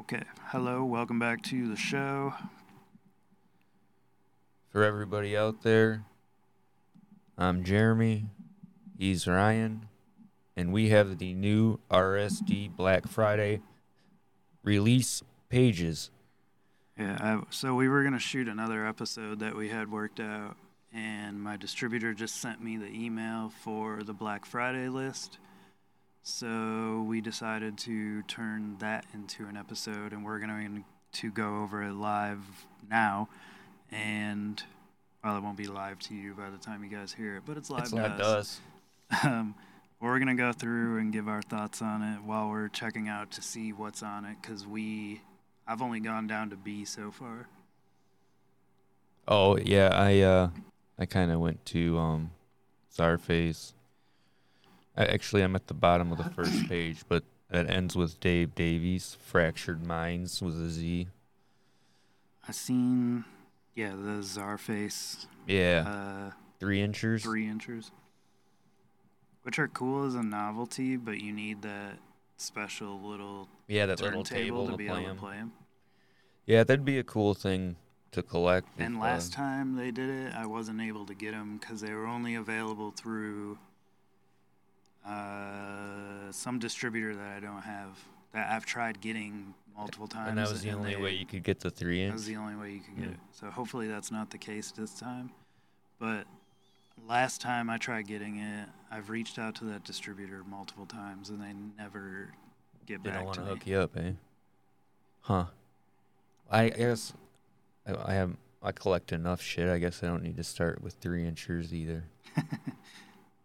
Okay. Hello. Welcome back to the show. For everybody out there, I'm Jeremy. He's Ryan. And we have the new RSD Black Friday release pages. Yeah. I, so we were going to shoot another episode that we had worked out, and my distributor just sent me the email for the Black Friday list. So we decided to turn that into an episode, and we're going to go over it live now. And well, it won't be live to you by the time you guys hear it, but it's live it's to not us. us. Um, we're going to go through and give our thoughts on it while we're checking out to see what's on it because we, I've only gone down to B so far. Oh yeah, I uh I kinda went to um Zarface. I actually I'm at the bottom of the first page, but it ends with Dave Davies, Fractured Minds with a Z. I seen, yeah, the Zarface Yeah. uh, three inchers. three inches, which are cool as a novelty, but you need that special little Yeah, that little turntable table to to be play able to 'em. play them. Yeah, that'd be a cool thing to collect. And with, last uh, time they did it, I wasn't able to get them because they were only available through uh, some distributor that I don't have. That I've tried getting multiple times. uh, and that was the and only they- way you could get the three That inch. was the only way you could get Yeah. it. So hopefully that's not the case this time. But last time I tried getting it, I've reached out to that distributor multiple times and they never get they don't back want to to me. hook you up, eh? Huh. I guess I, I have I collect enough shit. I guess I don't need to start with three inchers either.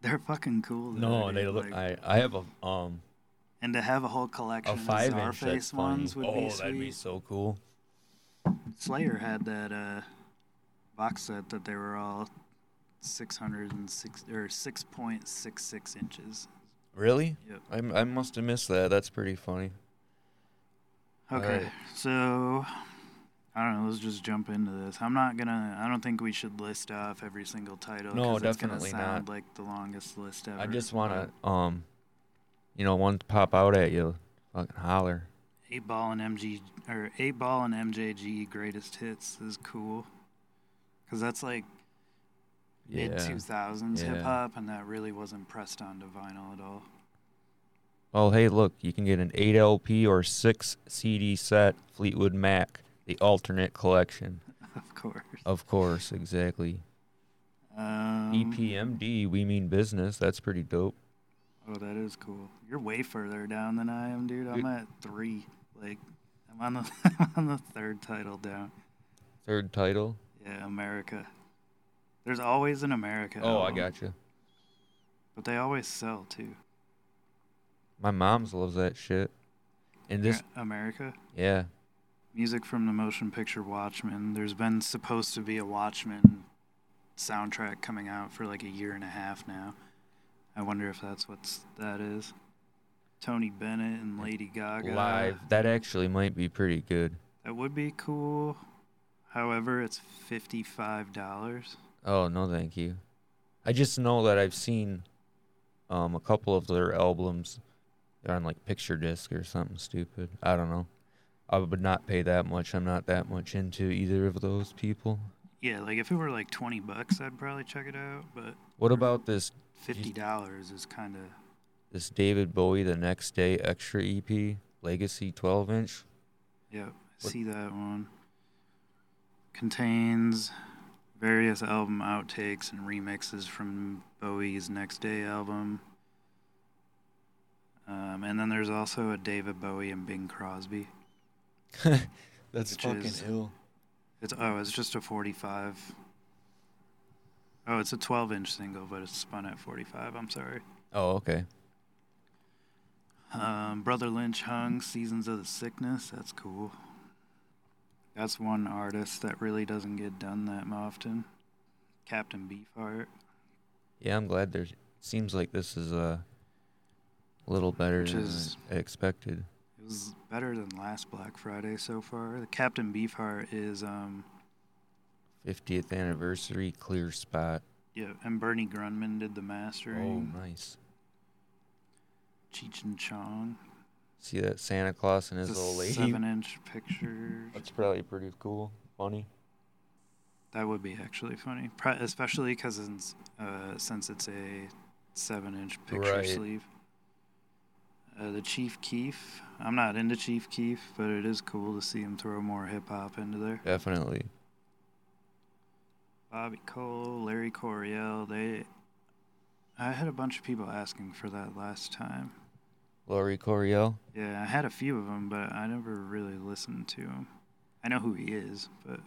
They're fucking cool. though, No, dude. they look. Like- I I have a um And to have a whole collection a of five inch. That's Zarface ones funny. would oh, be sweet. that'd be so cool. Slayer had that uh, box set that they were all 606 or 6.66 inches. Really? Yep. I'm, I must have missed that. That's pretty funny. Okay, Alright. so I don't know. Let's just jump into this. I'm not gonna. I don't think we should list off every single title. No, 'cause definitely it's gonna sound not. Like the longest list ever. I just want to um, you know, one pop out at you, fucking holler. Eight ball and MG or eight ball and MJG greatest hits is cool. Cause that's like mid Yeah. 2000s Yeah. hip hop, and that really wasn't pressed onto vinyl at all. Well, hey, look, you can get an 8 LP or 6 CD set Fleetwood Mac, the alternate collection. Of course. Of course, exactly. E Um, EPMD, we mean business. That's pretty dope. Oh, that is cool. You're way further down than I am, dude. I'm Dude. at three. Like, I'm on the I'm on the third title down. Third title. Yeah, America. There's always an America. Oh, I album, gotcha. But they always sell too. My mom's loves that shit. And this, Yeah, America. yeah. Music from the motion picture Watchmen. There's been supposed to be a Watchmen soundtrack coming out for like a year and a half now. I wonder if that's what's that is. Tony Bennett and Lady Gaga. Live. That actually might be pretty good. That would be cool. However, it's fifty-five dollars. Oh, no, thank you. I just know that I've seen um, a couple of their albums. They're on like picture disc or something stupid. I don't know. I would not pay that much. I'm not that much into either of those people. Yeah, like if it were like twenty bucks, I'd probably check it out. But What about this fifty dollars is kind of this David Bowie the next day extra EP Legacy 12 inch? yeah. I What- see that one contains various album outtakes and remixes from Bowie's Next Day album. Um, and then there's also a David Bowie and Bing Crosby. That's Which fucking is- ill. It's oh, it's just a 45. Oh, it's a 12-inch single, but it's spun at 45. I'm sorry. Oh, okay. Um, Brother Lynch hung Seasons of the Sickness. That's cool. That's one artist that really doesn't get done that often. Captain Beefheart, Yeah, I'm glad there seems like this is a little better Which than is- I expected. It was better than last Black Friday so far. The Captain Beefheart is um 50th anniversary clear spot. yeah, and Bernie Grunman did the mastering. Oh, nice. Cheech and Chong. See that Santa Claus and his It's a little lady. seven-inch picture. That's probably pretty cool, funny. That would be actually funny, Pro- especially because uh, since it's a seven-inch picture Right. sleeve. Uh, the Chief Keef. I'm not into Chief Keef, but it is cool to see him throw more hip hop into there. Definitely. Bobby Cole, Larry Coryell. They. I had a bunch of people asking for that last time. Laurie Coryell. Yeah, I had a few of them, but I never really listened to him. I know who he is, but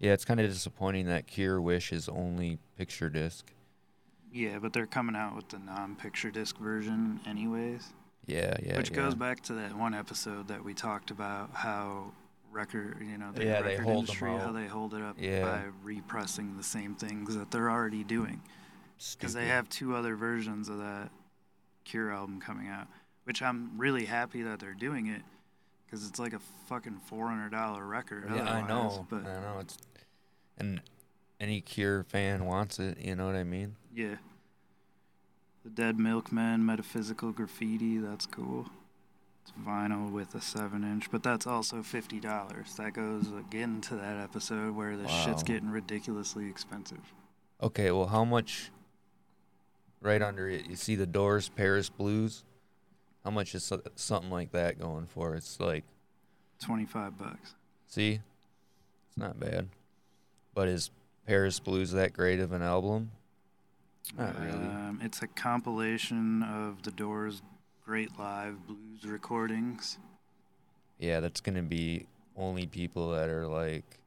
Yeah, it's kind of disappointing that Cure Wish is only picture disc. yeah, but they're coming out with the non-picture disc version, anyways. Yeah, yeah. Which yeah. goes back to that one episode that we talked about how record, you know, the Yeah, they record hold 'em industry, how out. they hold it up Yeah. by repressing the same things that they're already doing. Because they Stupid. have two other versions of that Cure album coming out, which I'm really happy that they're doing it because it's like a fucking $400 record. Yeah, I otherwise, know. But I know. It's and any Cure fan wants it. You know what I mean? yeah. The Dead Milkman, Metaphysical Graffiti, that's cool. It's vinyl with a 7 inch, but that's also $50. That goes again to that episode where the shit's Wow. getting ridiculously expensive. Okay. Well, how much? Right under it, you see the Doors Paris Blues. How much is so- something like that going for? It's like 25 bucks. See, it's not bad. But is Paris Blues that great of an album? Not really. Um, it's a compilation of The Doors' great live blues recordings. Yeah, that's gonna be only people that are like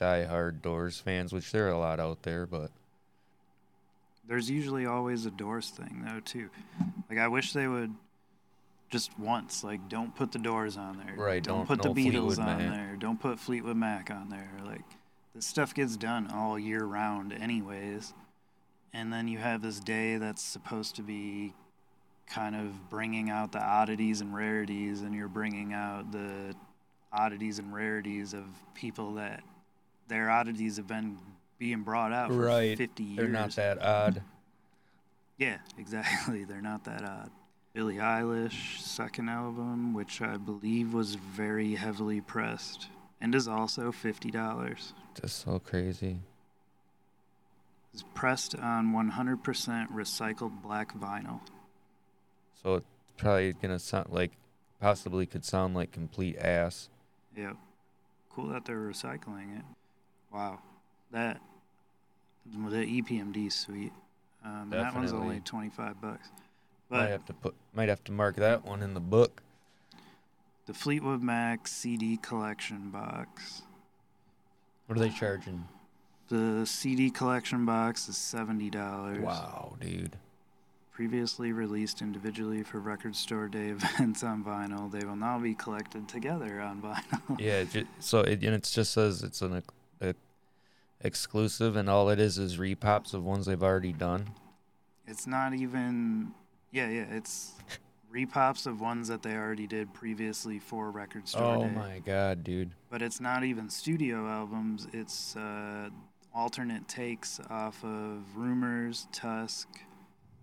diehard Doors fans, which there are a lot out there. But There's usually always a Doors thing, though, too. Like, I wish they would just once, like, don't put the Doors on there. Right, don't- put the no Beatles Fleetwood on Mac. there. Don't put Fleetwood Mac on there. Like, this stuff gets done all year round, anyways. And then you have this day that's supposed to be kind of bringing out the oddities and rarities, and you're bringing out the oddities and rarities of people that their oddities have been being brought out for Right. 50 years. they're not that odd. Yeah, exactly. They're not that odd. Billie Eilish second album, which I believe was very heavily pressed, and is also fifty dollars. That's so crazy. It's pressed on one hundred percent recycled black vinyl. So it's probably gonna sound like possibly could sound like complete ass. Yep. Cool that they're recycling it. Wow. That the E EPMD suite. Um, that one's Definitely. only twenty five bucks. might But have to put might have to mark that one in the book. the Fleetwood Mac CD collection box. What are they charging? The CD collection box is seventy dollars. Wow, dude. Previously released individually for record store day events on vinyl, they will now be collected together on vinyl. Yeah, ju- so it, and it just says it's an ex- ex- exclusive, and all it is is repops of ones they've already done. It's not even. Yeah, yeah. It's repops of ones that they already did previously for record store Oh day. my god, dude! But it's not even studio albums. It's uh, alternate takes off of Rumors, Tusk,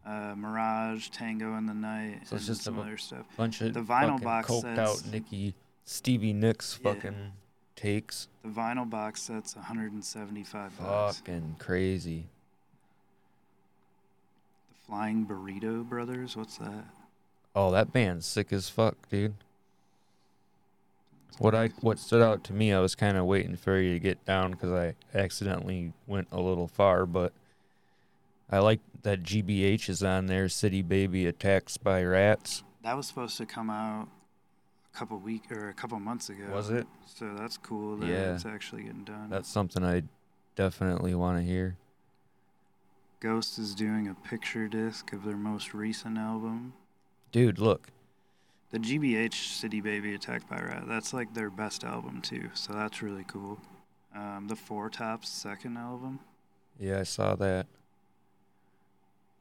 uh, Mirage, Tango in the Night, So and it's just some a- other stuff. Bunch of The vinyl fucking box coked out sets- Nicki Stevie Nicks Yeah. fucking takes. The vinyl box set's 175 bucks. Fucking crazy. The Flying Burrito Brothers, what's that? Oh, that band's sick as fuck, dude. What I what stood out to me, I was kind of waiting for you to get down because I accidentally went a little far, but I like that GBH is on there. City Baby attacks by rats. That was supposed to come out a couple week or a couple months ago. Was it? So that's cool that Yeah. it's actually getting done. That's something I definitely want to hear. Ghost is doing a picture disc of their most recent album. Dude, look, The GBH City Baby Attack by Rat, that's like their best album too, so that's really cool. Um, the Four Tops second album. yeah, I saw that.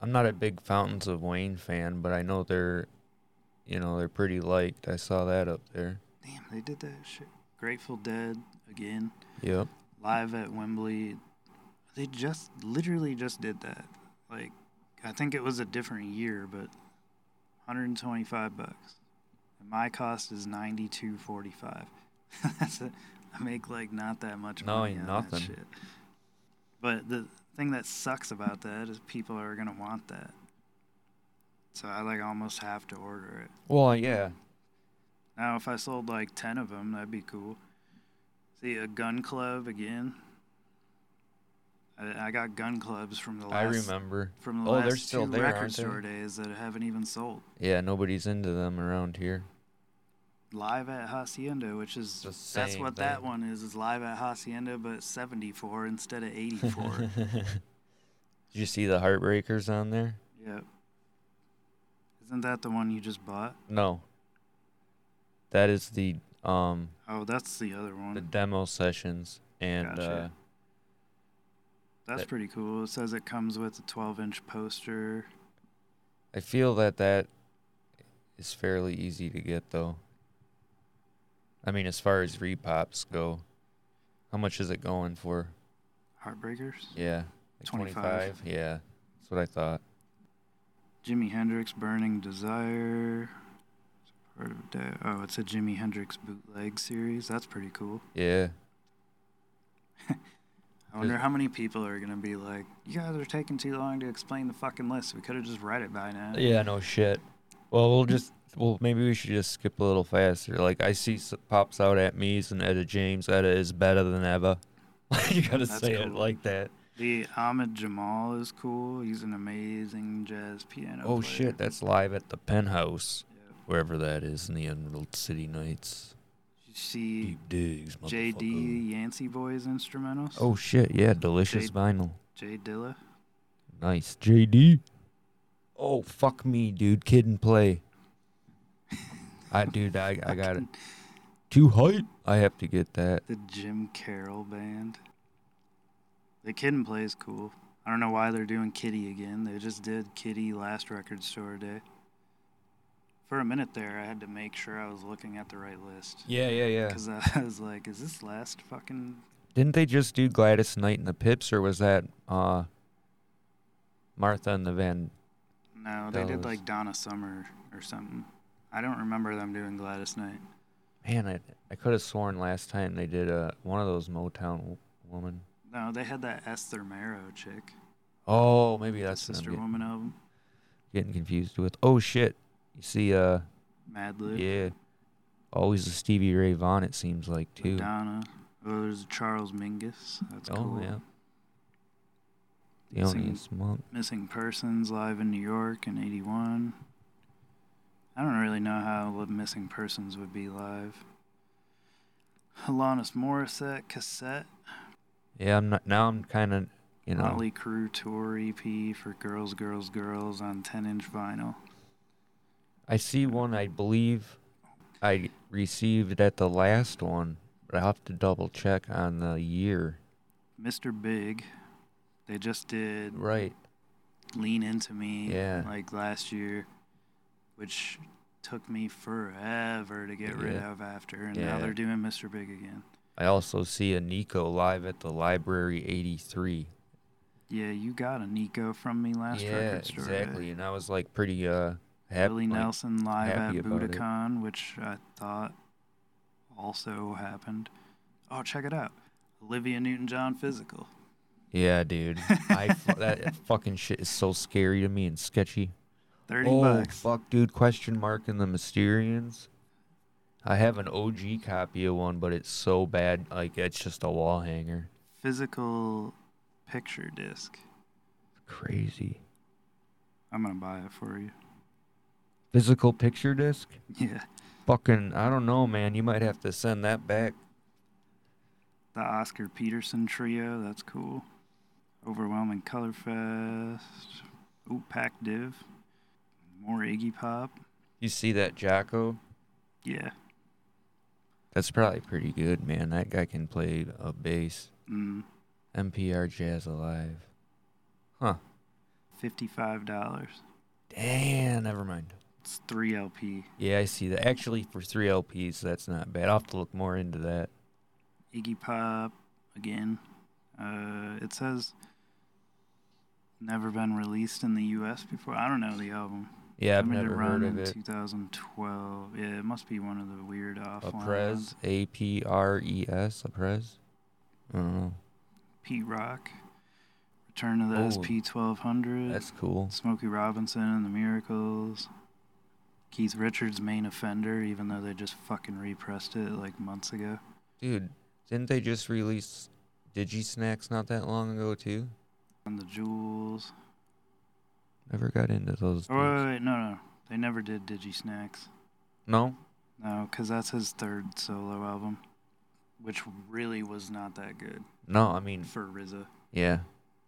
I'm not a big Fountains of Wayne fan, but I know they're, you know, they're pretty liked. I saw that up there. Damn, they did that shit. Grateful Dead again. Yep. live at Wembley. They just literally just did that. Like, I think it was a different year, but 125 bucks. My cost is ninety two forty five. That's it. I make like not that much No, money ain't on that nothing. shit. But the thing that sucks about that is people are gonna want that. So I like almost have to order it. Well, yeah. Now, if I sold like 10 of them, that'd be cool. See, a gun club again. I, I got gun clubs from the last, I remember. From the Oh, last they're still two there, record aren't they? store days that haven't even sold. Yeah, nobody's into them around here. Live at Hacienda, which is The that's same what that thing. one is, is live at Hacienda, but 74 instead of 84. Did you see the Heartbreakers on there? yep. Isn't that the one you just bought? No. That is the um Oh, that's the other one. the demo sessions and uh, Gotcha. that's that- pretty cool. It says it comes with a 12 inch poster. uh I feel that that is fairly easy to get though. I mean as far as repops go, how much is it going for? Heartbreakers? Yeah. like 25. 25? Yeah. That's what I thought. Jimi Hendrix Burning Desire. Part of that. Oh, it's a Jimi Hendrix bootleg series. That's pretty cool. Yeah. I wonder how many people are going to be like, you guys are taking too long to explain the fucking list. We could have just read it by now. Yeah, no shit. Well, we'll just well maybe we should just skip a little faster. Like I see s- pops out at me's and Etta James. Etta is better than ever. you gotta That's say it cool. like that. The Ahmed Jamal is cool. He's an amazing jazz piano oh player. shit, that's live at the penthouse, Yeah. wherever that is in the Emerald City Nights. Did you see Deep digs, motherfucker. JD Yancey Boys instrumentals? Oh shit, yeah, delicious J- vinyl. Jay Dilla. Nice, JD. Oh fuck me, dude. Kid and play. I dude, I I got it. Too hype. I have to get that. The Jim Carroll Band. The Kid and Play is cool. I don't know why they're doing Kitty again. They just did Kitty last record store day. For a minute there, I had to make sure I was looking at the right list. Yeah, yeah, yeah. Because I was like, is this last fucking. Didn't they just do Gladys Knight and the Pips, or was that uh, Martha and the Van? No, they did Dallas. like Donna Summer or something. I don't remember them doing Gladys Knight. Man, I I could have sworn last time they did uh, one of those Motown w- woman. No, they had that Esther Marrow chick. Oh, maybe the that's what I'm Sister getting, Woman album. getting confused with. Oh shit! You see, uh, Mad Lib. yeah, always the Stevie Ray Vaughan. It seems like too. Madonna. Oh, there's Charles Mingus. That's oh cool. yeah. The Sing- Onious Monk. Missing Persons live in New York in 81. I don't really know how li- Missing Persons would be live. Alanis Morissette cassette. Yeah, I'm not. Now I'm kind of, you know. Motley Crue tour EP for Girls, Girls, Girls on 10 inch vinyl. I see one I believe I received at the last one, but I'll have to double check on the year. Mr. Big. They just did Right. Lean Into Me Yeah. like last year, which took me forever to get rid Yeah. of after. And Yeah. now they're doing Mr. Big again. I also see a Nico live at the library 83. Yeah, you got a Nico from me last yeah, record store. day. exactly. And I was like pretty uh happy. Willie Nelson live at happy about it. Budokan, which I thought also happened. Oh, check it out. Olivia Newton John physical. Yeah, dude. I fu- that fucking shit is so scary to me and sketchy. 30 oh, bucks. fuck, dude. Question mark in the Mysterians. I have an OG copy of one, but it's so bad. Like, it's just a wall hanger. Physical picture disc. Crazy. I'm going to buy it for you. Physical picture disc? Yeah. Fucking, I don't know, man. You might have to send that back. The Oscar Peterson trio. That's cool. Overwhelming Color Fest. Ooh, Pack Div. More Iggy Pop. You see that Jocko? Yeah. That's probably pretty good, man. That guy can play a bass. Mm, NPR Jazz Alive. $55. Damn, never mind. It's 3LP. Yeah, I see that. Actually, for three LPs, that's not bad. I'll have to look more into that. Iggy Pop again. Uh, it says never been released in the U.S. before. I don't know the album. Yeah, I've Limited never run heard of in it. 2012. Yeah, it must be one of the weird off ones. Aprez, A P R E S, Aprez. I don't know. Pete Rock, Return of the Oh. SP 1200. That's cool. Smokey Robinson and the Miracles. Keith Richards, Main Offender, even though they just fucking repressed it like months ago. Dude, didn't they just release Digi Snacks not that long ago too? And the Jewels. Never got into those. Oh, wait, things. wait, wait, no, no. They never did Digi Snacks. No, No, because that's his third solo album, which really was not that good no. I mean, for RZA. yeah,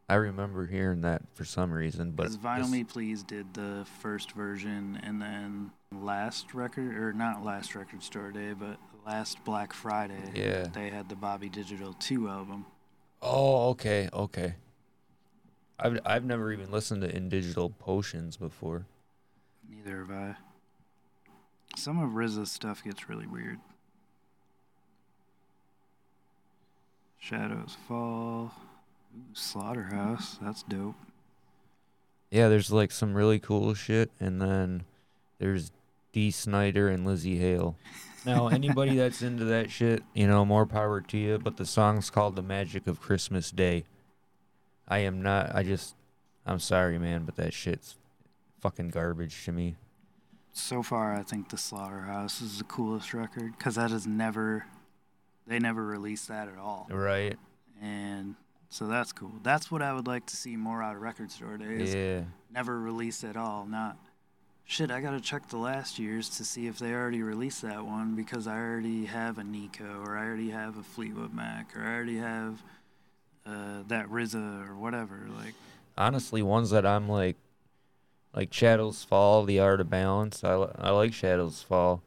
I remember hearing that for some reason, but Because Vinyl this- Me Please did the first version, and then last record, or not last record store day, but last Black Friday, Yeah. they had the Bobby Digital 2 album. Oh, okay, okay. I've I've never even listened to In Digital Potions before. Neither have I. Some of RZA's stuff gets really weird. Shadows Fall, Ooh, Slaughterhouse, that's dope. Yeah, there's like some really cool shit, and then there's D. Snyder and Lizzie Hale. Now, anybody that's into that shit, you know, more power to you. But the song's called "The Magic of Christmas Day." I am not. I just. I'm sorry, man, but that shit's fucking garbage to me. So far, I think the Slaughterhouse is the coolest record because that is never, they never released that at all. Right? and so that's cool. That's what I would like to see more out of Record Store Days. Yeah. Never released at all. Not shit. I gotta check the last years to see if they already released that one because I already have a Nico or I already have a Fleetwood Mac or I already have uh, that RZA or whatever. Like honestly ones that I'm like like Shadows Fall, The Art of Balance. I, li- I like Shadows Fall.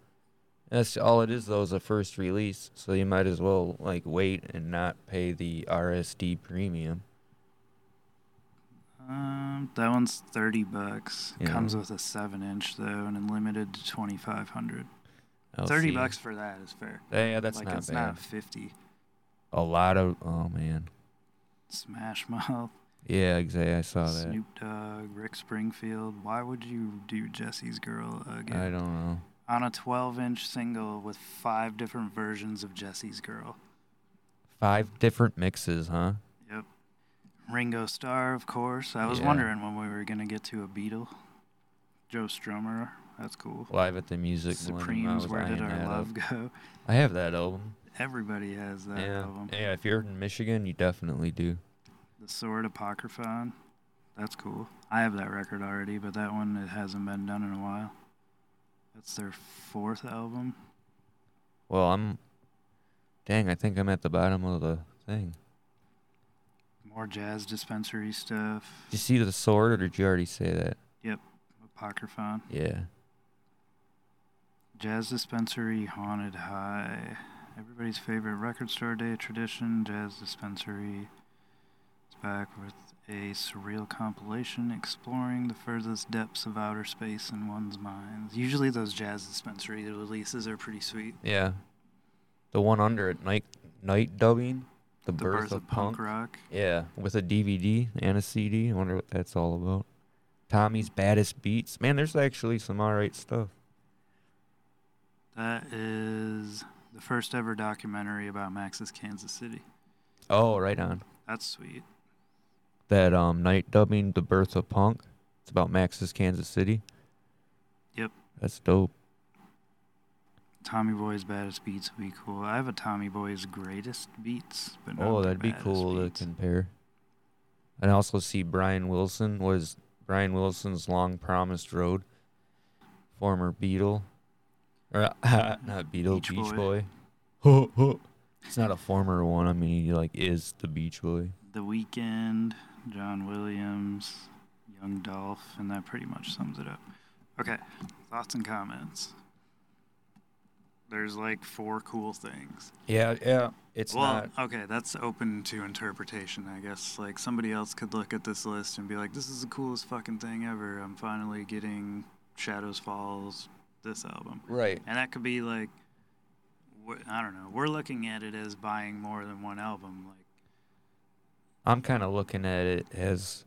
That's all it is though is a first release, so you might as well like wait and not pay the RSD premium. um, that one's thirty bucks. Yeah. Comes with a seven inch though, and unlimited to twenty five hundred. I'll Thirty Oh, see. bucks for that is fair. Yeah, that's like not it's bad. not fifty. A lot of oh man. Smash Mouth. Oh, Yeah, exactly. I saw that. Snoop Dogg, Rick Springfield. Why would you do Jesse's Girl I again? don't know. On a 12 inch single with five different versions of Jesse's Girl. Five different mixes, huh? Yep. Ringo Starr, of course. I was Yeah. wondering when we were going to get to a Beatle. Joe Strummer. That's cool. Live at the Music Millennium. I Supremes, was Where eyeing Did that Our up. Love Go? I have that album. Everybody has that yeah. album. Yeah, if you're in Michigan, you definitely do. The Sword Apocryphon. That's cool. I have that record already, but that one it hasn't been done in a while. That's their fourth album. Well, I'm. Dang, I think I'm at the bottom of the thing. More jazz dispensary stuff. Did you see the sword, or did you already say that? Apocryphon. Yeah. Jazz dispensary, haunted high. Everybody's favorite record store day tradition, jazz dispensary. It's back with a surreal compilation exploring the furthest depths of outer space in one's minds. Usually those jazz dispensary releases are pretty sweet. Yeah. The one under it, night night dubbing, the, The birth, of, punk. rock. Yeah, with a DVD and a CD. I wonder what that's all about. Tommy's baddest beats. Man, there's actually some alright stuff. That is the first ever documentary about Max's Kansas City. Oh, right on. That's sweet. That um night dubbing, the birth of punk. It's about Max's Kansas City. Yep. That's dope. Tommy Boy's baddest beats would be cool. I have a Tommy Boy's greatest beats, but not Oh, the that'd be baddest cool beats. to compare. And I also see Brian Wilson was Brian Wilson's long promised road, former Beatle, or not Beatle, Beach Beach, Boy. Boy. it's not a former one. I mean, he like is the Beach Boy. the Weekend, John Williams, Young Dolph, and that pretty much sums it up. Okay, thoughts and comments. There's like four cool things. Yeah, yeah. It's well, not. okay, that's open to interpretation, I guess. Like somebody else could look at this list and be like, "This is the coolest fucking thing ever." I'm finally getting Shadows Falls, this album. Right. And that could be like, wh- I don't know. We're looking at it as buying more than one album. Like, I'm kind of looking at it as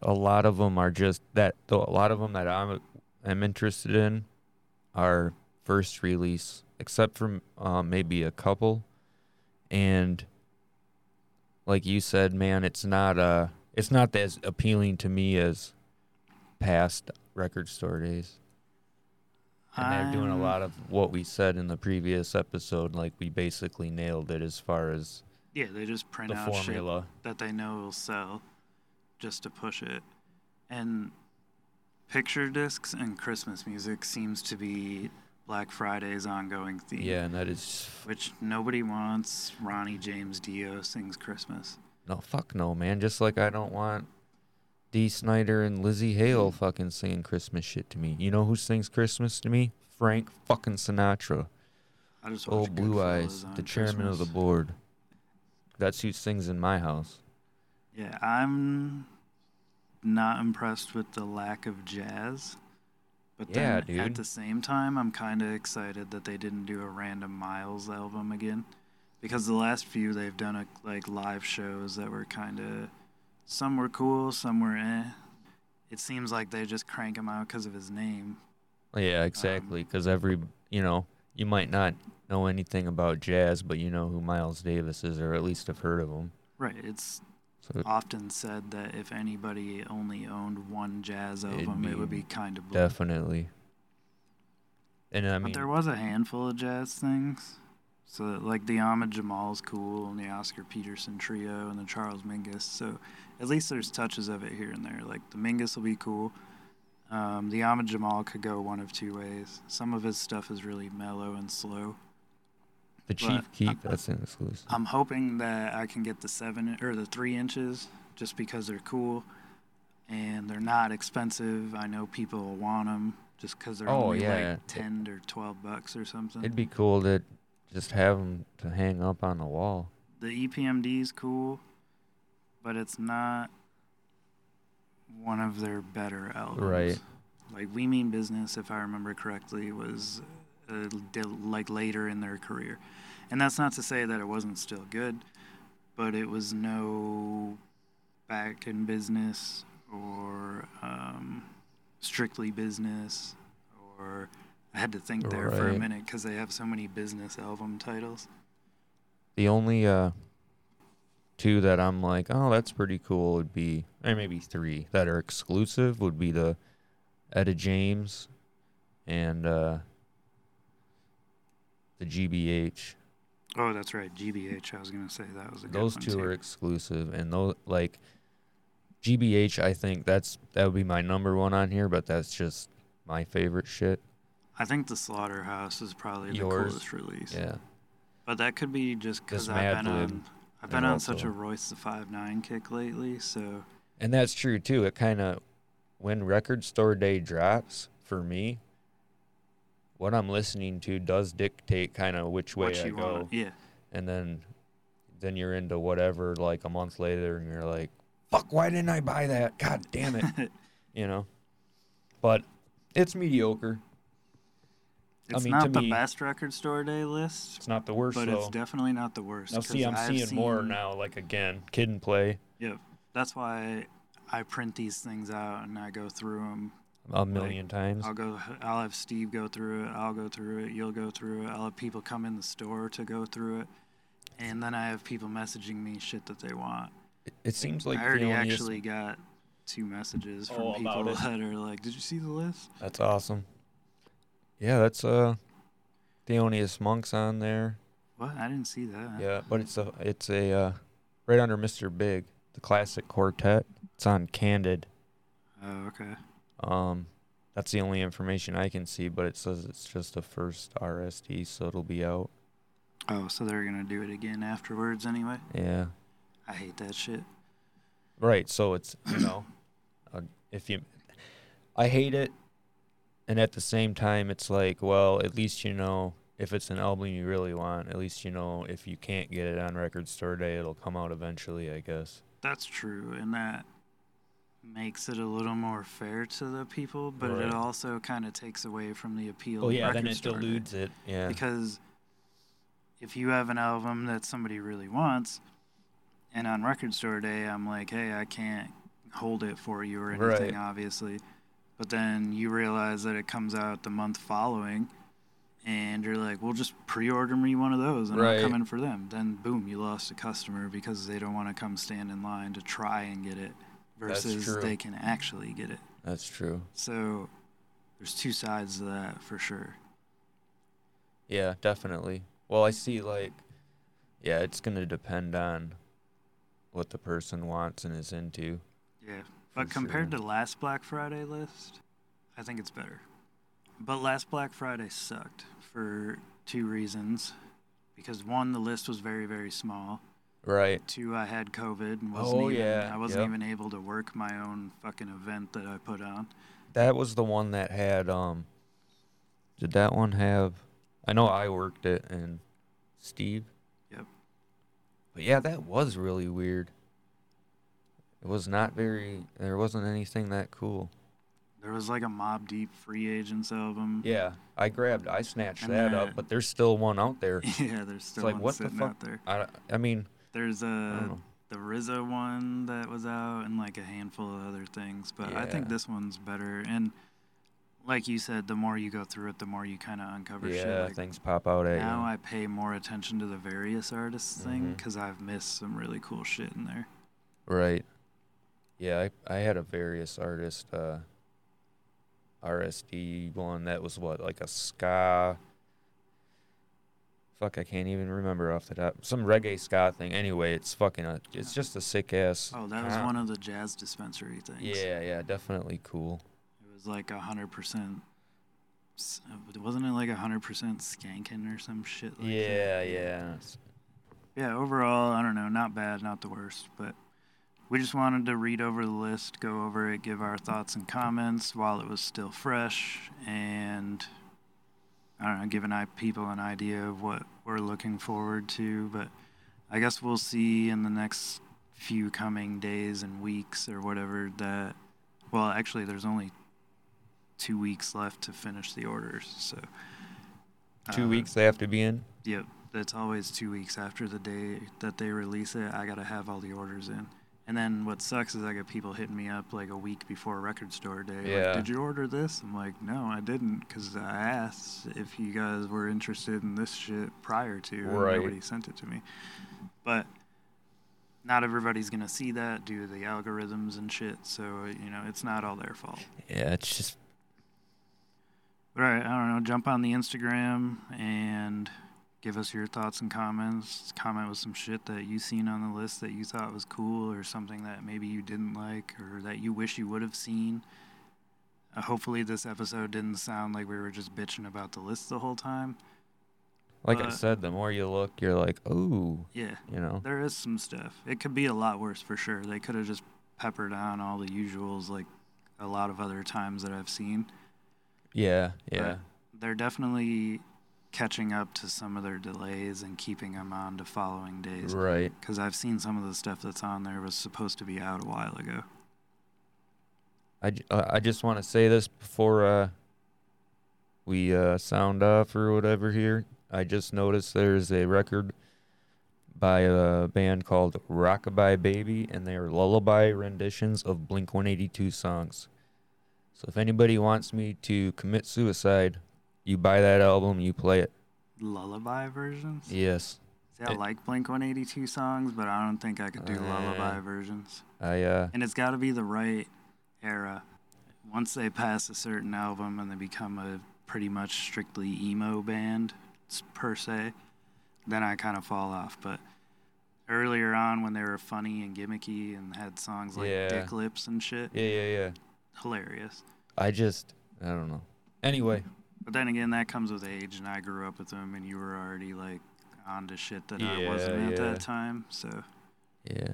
a lot of them are just that. Though a lot of them that I'm am interested in are first release, except for uh, maybe a couple. And like you said, man, it's not uh it's not as appealing to me as past record store days. And they're doing a I'm- lot of what we said in the previous episode. Like we basically nailed it as far as Yeah, they just print the out shit formula. that they know will sell just to push it. And picture discs and Christmas music seems to be Black Friday's ongoing theme. Yeah, and that is Which nobody wants. Ronnie James Dio sings Christmas. no fuck no, man. Just like I don't want Dee Snyder and Lizzie Hale fucking singing Christmas shit to me. You know who sings Christmas to me? Frank fucking Sinatra. I just watch Old Blue Goodfellas Eyes, on the chairman of the Christmas. board. That's who sings in my house. Yeah, I'm not impressed with the lack of jazz. But Yeah, then at dude. the same time, I'm kind of excited that they didn't do a random Miles album again. Because the last few they've done a, like live shows that were kind of some were cool, some were eh. It seems like they just crank him out because of his name. Um, Yeah, exactly. Because every, you know, you might not know anything about jazz, but you know who Miles Davis is, or at least have heard of him. Right, it's So often said that if anybody only owned one jazz It'd album, it would be be kind of blue. definitely. And I But mean, there was a handful of jazz things. So, like, the Ahmed Jamal's cool, and the Oscar Peterson trio, and the Charles Mingus. So, at least there's touches of it here and there. Like, the Mingus will be cool. Um, the Ahmed Jamal could go one of two ways. Some of his stuff is really mellow and slow. the but- Chief Keef, that's an exclusive. I'm hoping that I can get the seven or the three inches just because they're cool and they're not expensive. I know people will want them just because they're Oh, only yeah. like 10 or 12 bucks or something. It'd be cool to just have them to hang up on the wall. the E EPMD is cool, but it's not one of their better albums. Right. Like We Mean Business, if I remember correctly, was uh, di- like later in their career, and that's not to say that it wasn't still good, but it was no back in business or um, strictly business or. I had to think there for a Right. minute because they have so many business album titles. The only uh, two that I'm like, oh, that's pretty cool would be, or maybe three that are exclusive would be the Etta James and uh, the GBH. Oh, that's right. GBH. I was gonna say that was a good Those one two too. are exclusive, and those like GBH. I think that's that would be my number one on here, but that's just my favorite shit. I think the Slaughterhouse is probably the Yours. coolest release. Yeah, But that could be just because This I've been Mad Lib on I've and been on such a also- Royce the Five Nine kick lately. So and that's true too. It kind of when record store day drops for me, what I'm listening to does dictate kind of which way what I you go, want? Yeah. and then then you're into whatever like a month later, and you're like, "Fuck, why didn't I buy that? God damn it!" you know, but it's mediocre. It's mean, to not the me- best record store day list, It's not the worst but though. it's definitely not the worst. Now 'cause see, I'm I've seeing more seen- now. Like again, kid and play Yeah, that's why I print these things out and I go through them a million times. I'll go. I'll have Steve go through it. I'll go through it. You'll go through it. I'll have people come in the store to go through it, and then I have people messaging me shit that they want. It- It seems like I the already only- actually got two messages from Oh, people about it. that are like, "Did you see the list?" That's awesome. Yeah, that's uh, Theonius monks on there. What? I didn't see that. Yeah, but it's a it's a uh, right under Mr. Big, the classic quartet. It's on Candid. Oh, okay. Um, that's the only information I can see, but it says it's just a first RSD, so it'll be out. Oh, so they're gonna do it again afterwards anyway. Yeah. I hate that shit. Right. So it's you know, uh, if you, I hate it, and at the same time, it's like, well, at least you know if it's an album you really want. At least you know if you can't get it on record store day, it'll come out eventually, I guess. That's true, and that makes it a little more fair to the people, but Right. it also kind of takes away from the appeal. Oh of yeah, then record it store day. dilutes it. Yeah. because if you have an album that somebody really wants and on record store day i'm like hey i can't hold it for you or Right. anything, obviously. But then you realize that it comes out the month following, and you're like, "Well, just pre-order me one of those, and Right. I'll come in for them." Then boom, you lost a customer because they don't want to come stand in line to try and get it, That's versus true. they can actually get it. That's true. So there's two sides to that for sure. Yeah, definitely. Well, I see like yeah, it's going to depend on what the person wants and is into. Yeah. But For compared sure. to last Black Friday list, I think it's better. But last Black Friday sucked for two reasons. Because one, the list was very, very small. Right. Two, I had COVID and wasn't Oh, even yeah, I wasn't yep. even able to work my own fucking event that I put on. That was the one that had um did that one have I know I worked it and Steve. Yep. But yeah, that was really weird. It was not very there wasn't anything that cool. There was like a Mob Deep Free Agents album. Yeah. I grabbed I snatched And that the- up, but there's still one out there. Yeah, there's still like, one what the sitting fuck? out there. I I mean, There's I don't a know. the Rizzo one that was out and like a handful of other things, but I think Yeah. this one's better. And like you said, the more you go through it, the more you kind of uncover shit. Yeah, Like, things pop out at now you. I pay more attention to the various artists thing Mhm. because I've missed some really cool shit in there. Right. Yeah, I, I had a various artist uh RSD one that was what, like a ska fuck I can't even remember off the top. Some reggae ska thing. Anyway, it's fucking a, it's just a sick ass Oh, that was one of the jazz dispensary things. Yeah, yeah, definitely cool. It was like a hundred percent. s- Wasn't it like a hundred percent skanking or some shit? Like that? yeah, yeah. it's- Yeah, overall, I don't know, not bad, not the worst, but we just wanted to read over the list, go over it, give our thoughts and comments while it was still fresh, and I don't know, giving I- people an idea of what we're looking forward to. But I guess we'll see in the next few coming days and weeks or whatever that. Well, actually, there's only two weeks left to finish the orders, so. Two uh, weeks they have to be in. Yep, it's always two weeks after the day that they release it. I gotta have all the orders in. And then what sucks is I get people hitting me up like a week before record store day. Yeah. Like, Did you order this? I'm like, no, I didn't, because I asked if you guys were interested in this shit prior to, and Right. nobody sent it to me. But not everybody's gonna see that due to the algorithms and shit. So you know, it's not all their fault. Yeah, it's just Right. I don't know. Jump on the Instagram and give us your thoughts and comments. Comment with some shit that you seen on the list that you thought was cool or something that maybe you didn't like or that you wish you would have seen. Uh, hopefully, this episode didn't sound like we were just bitching about the list the whole time. like I But- said, the more you look, you're like, "Ooh," Yeah. you know. There is some stuff. It could be a lot worse for sure. They could have just peppered on all the usuals like a lot of other times that I've seen. Yeah, but yeah. they're definitely catching up to some of their delays and keeping them on to following days. Right. Because I've seen some of the stuff that's on there was supposed to be out a while ago. I, j- uh, I just want to say this before uh, we uh, sound off or whatever here. I just noticed there's a record by a band called Rockabye Baby, and they are lullaby renditions of Blink 182 songs. So if anybody wants me to commit suicide, you buy that album, you play it. Lullaby versions? Yes. See, I it- like Blink 182 songs, but I don't think I could do Uh, lullaby versions. I, uh, And it's got to be the right era. Once they pass a certain album and they become a pretty much strictly emo band, s- per se, then I kind of fall off. But earlier on, when they were funny and gimmicky and had songs like Yeah. Dick Lips and shit, yeah, yeah, yeah. hilarious. I just, I don't know. Anyway, But then again, that comes with age, and I grew up with them, and you were already like onto shit that I wasn't Yeah, at yeah. that time. So. yeah.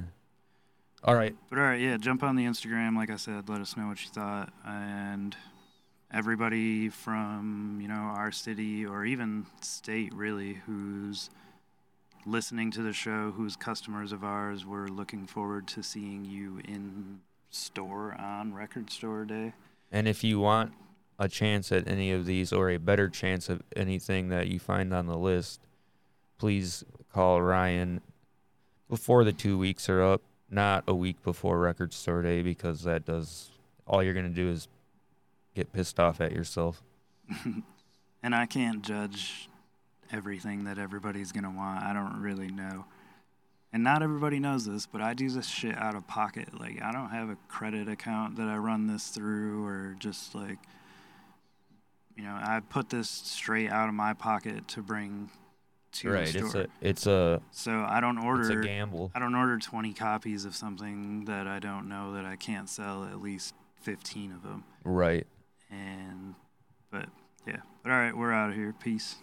All right. But all right, yeah, jump on the Instagram, like I said, let us know what you thought, and everybody from you know our city or even state really who's listening to the show, who's customers of ours, we're looking forward to seeing you in store on Record Store Day. And if you want a chance at any of these or a better chance of anything that you find on the list, please call Ryan before the two weeks are up not a week before record store day because that does all you're gonna do is get pissed off at yourself. and I can't judge everything that everybody's gonna want. I don't really know. And not everybody knows this, but I do this shit out of pocket. Like I don't have a credit account that I run this through or just like you know, I put this straight out of my pocket to bring to right. the store. It's a it's a so I don't order it's a gamble. I don't order 20 copies of something that I don't know that I can't sell at least 15 of them. Right. And, but yeah. But all right, we're out of here. Peace.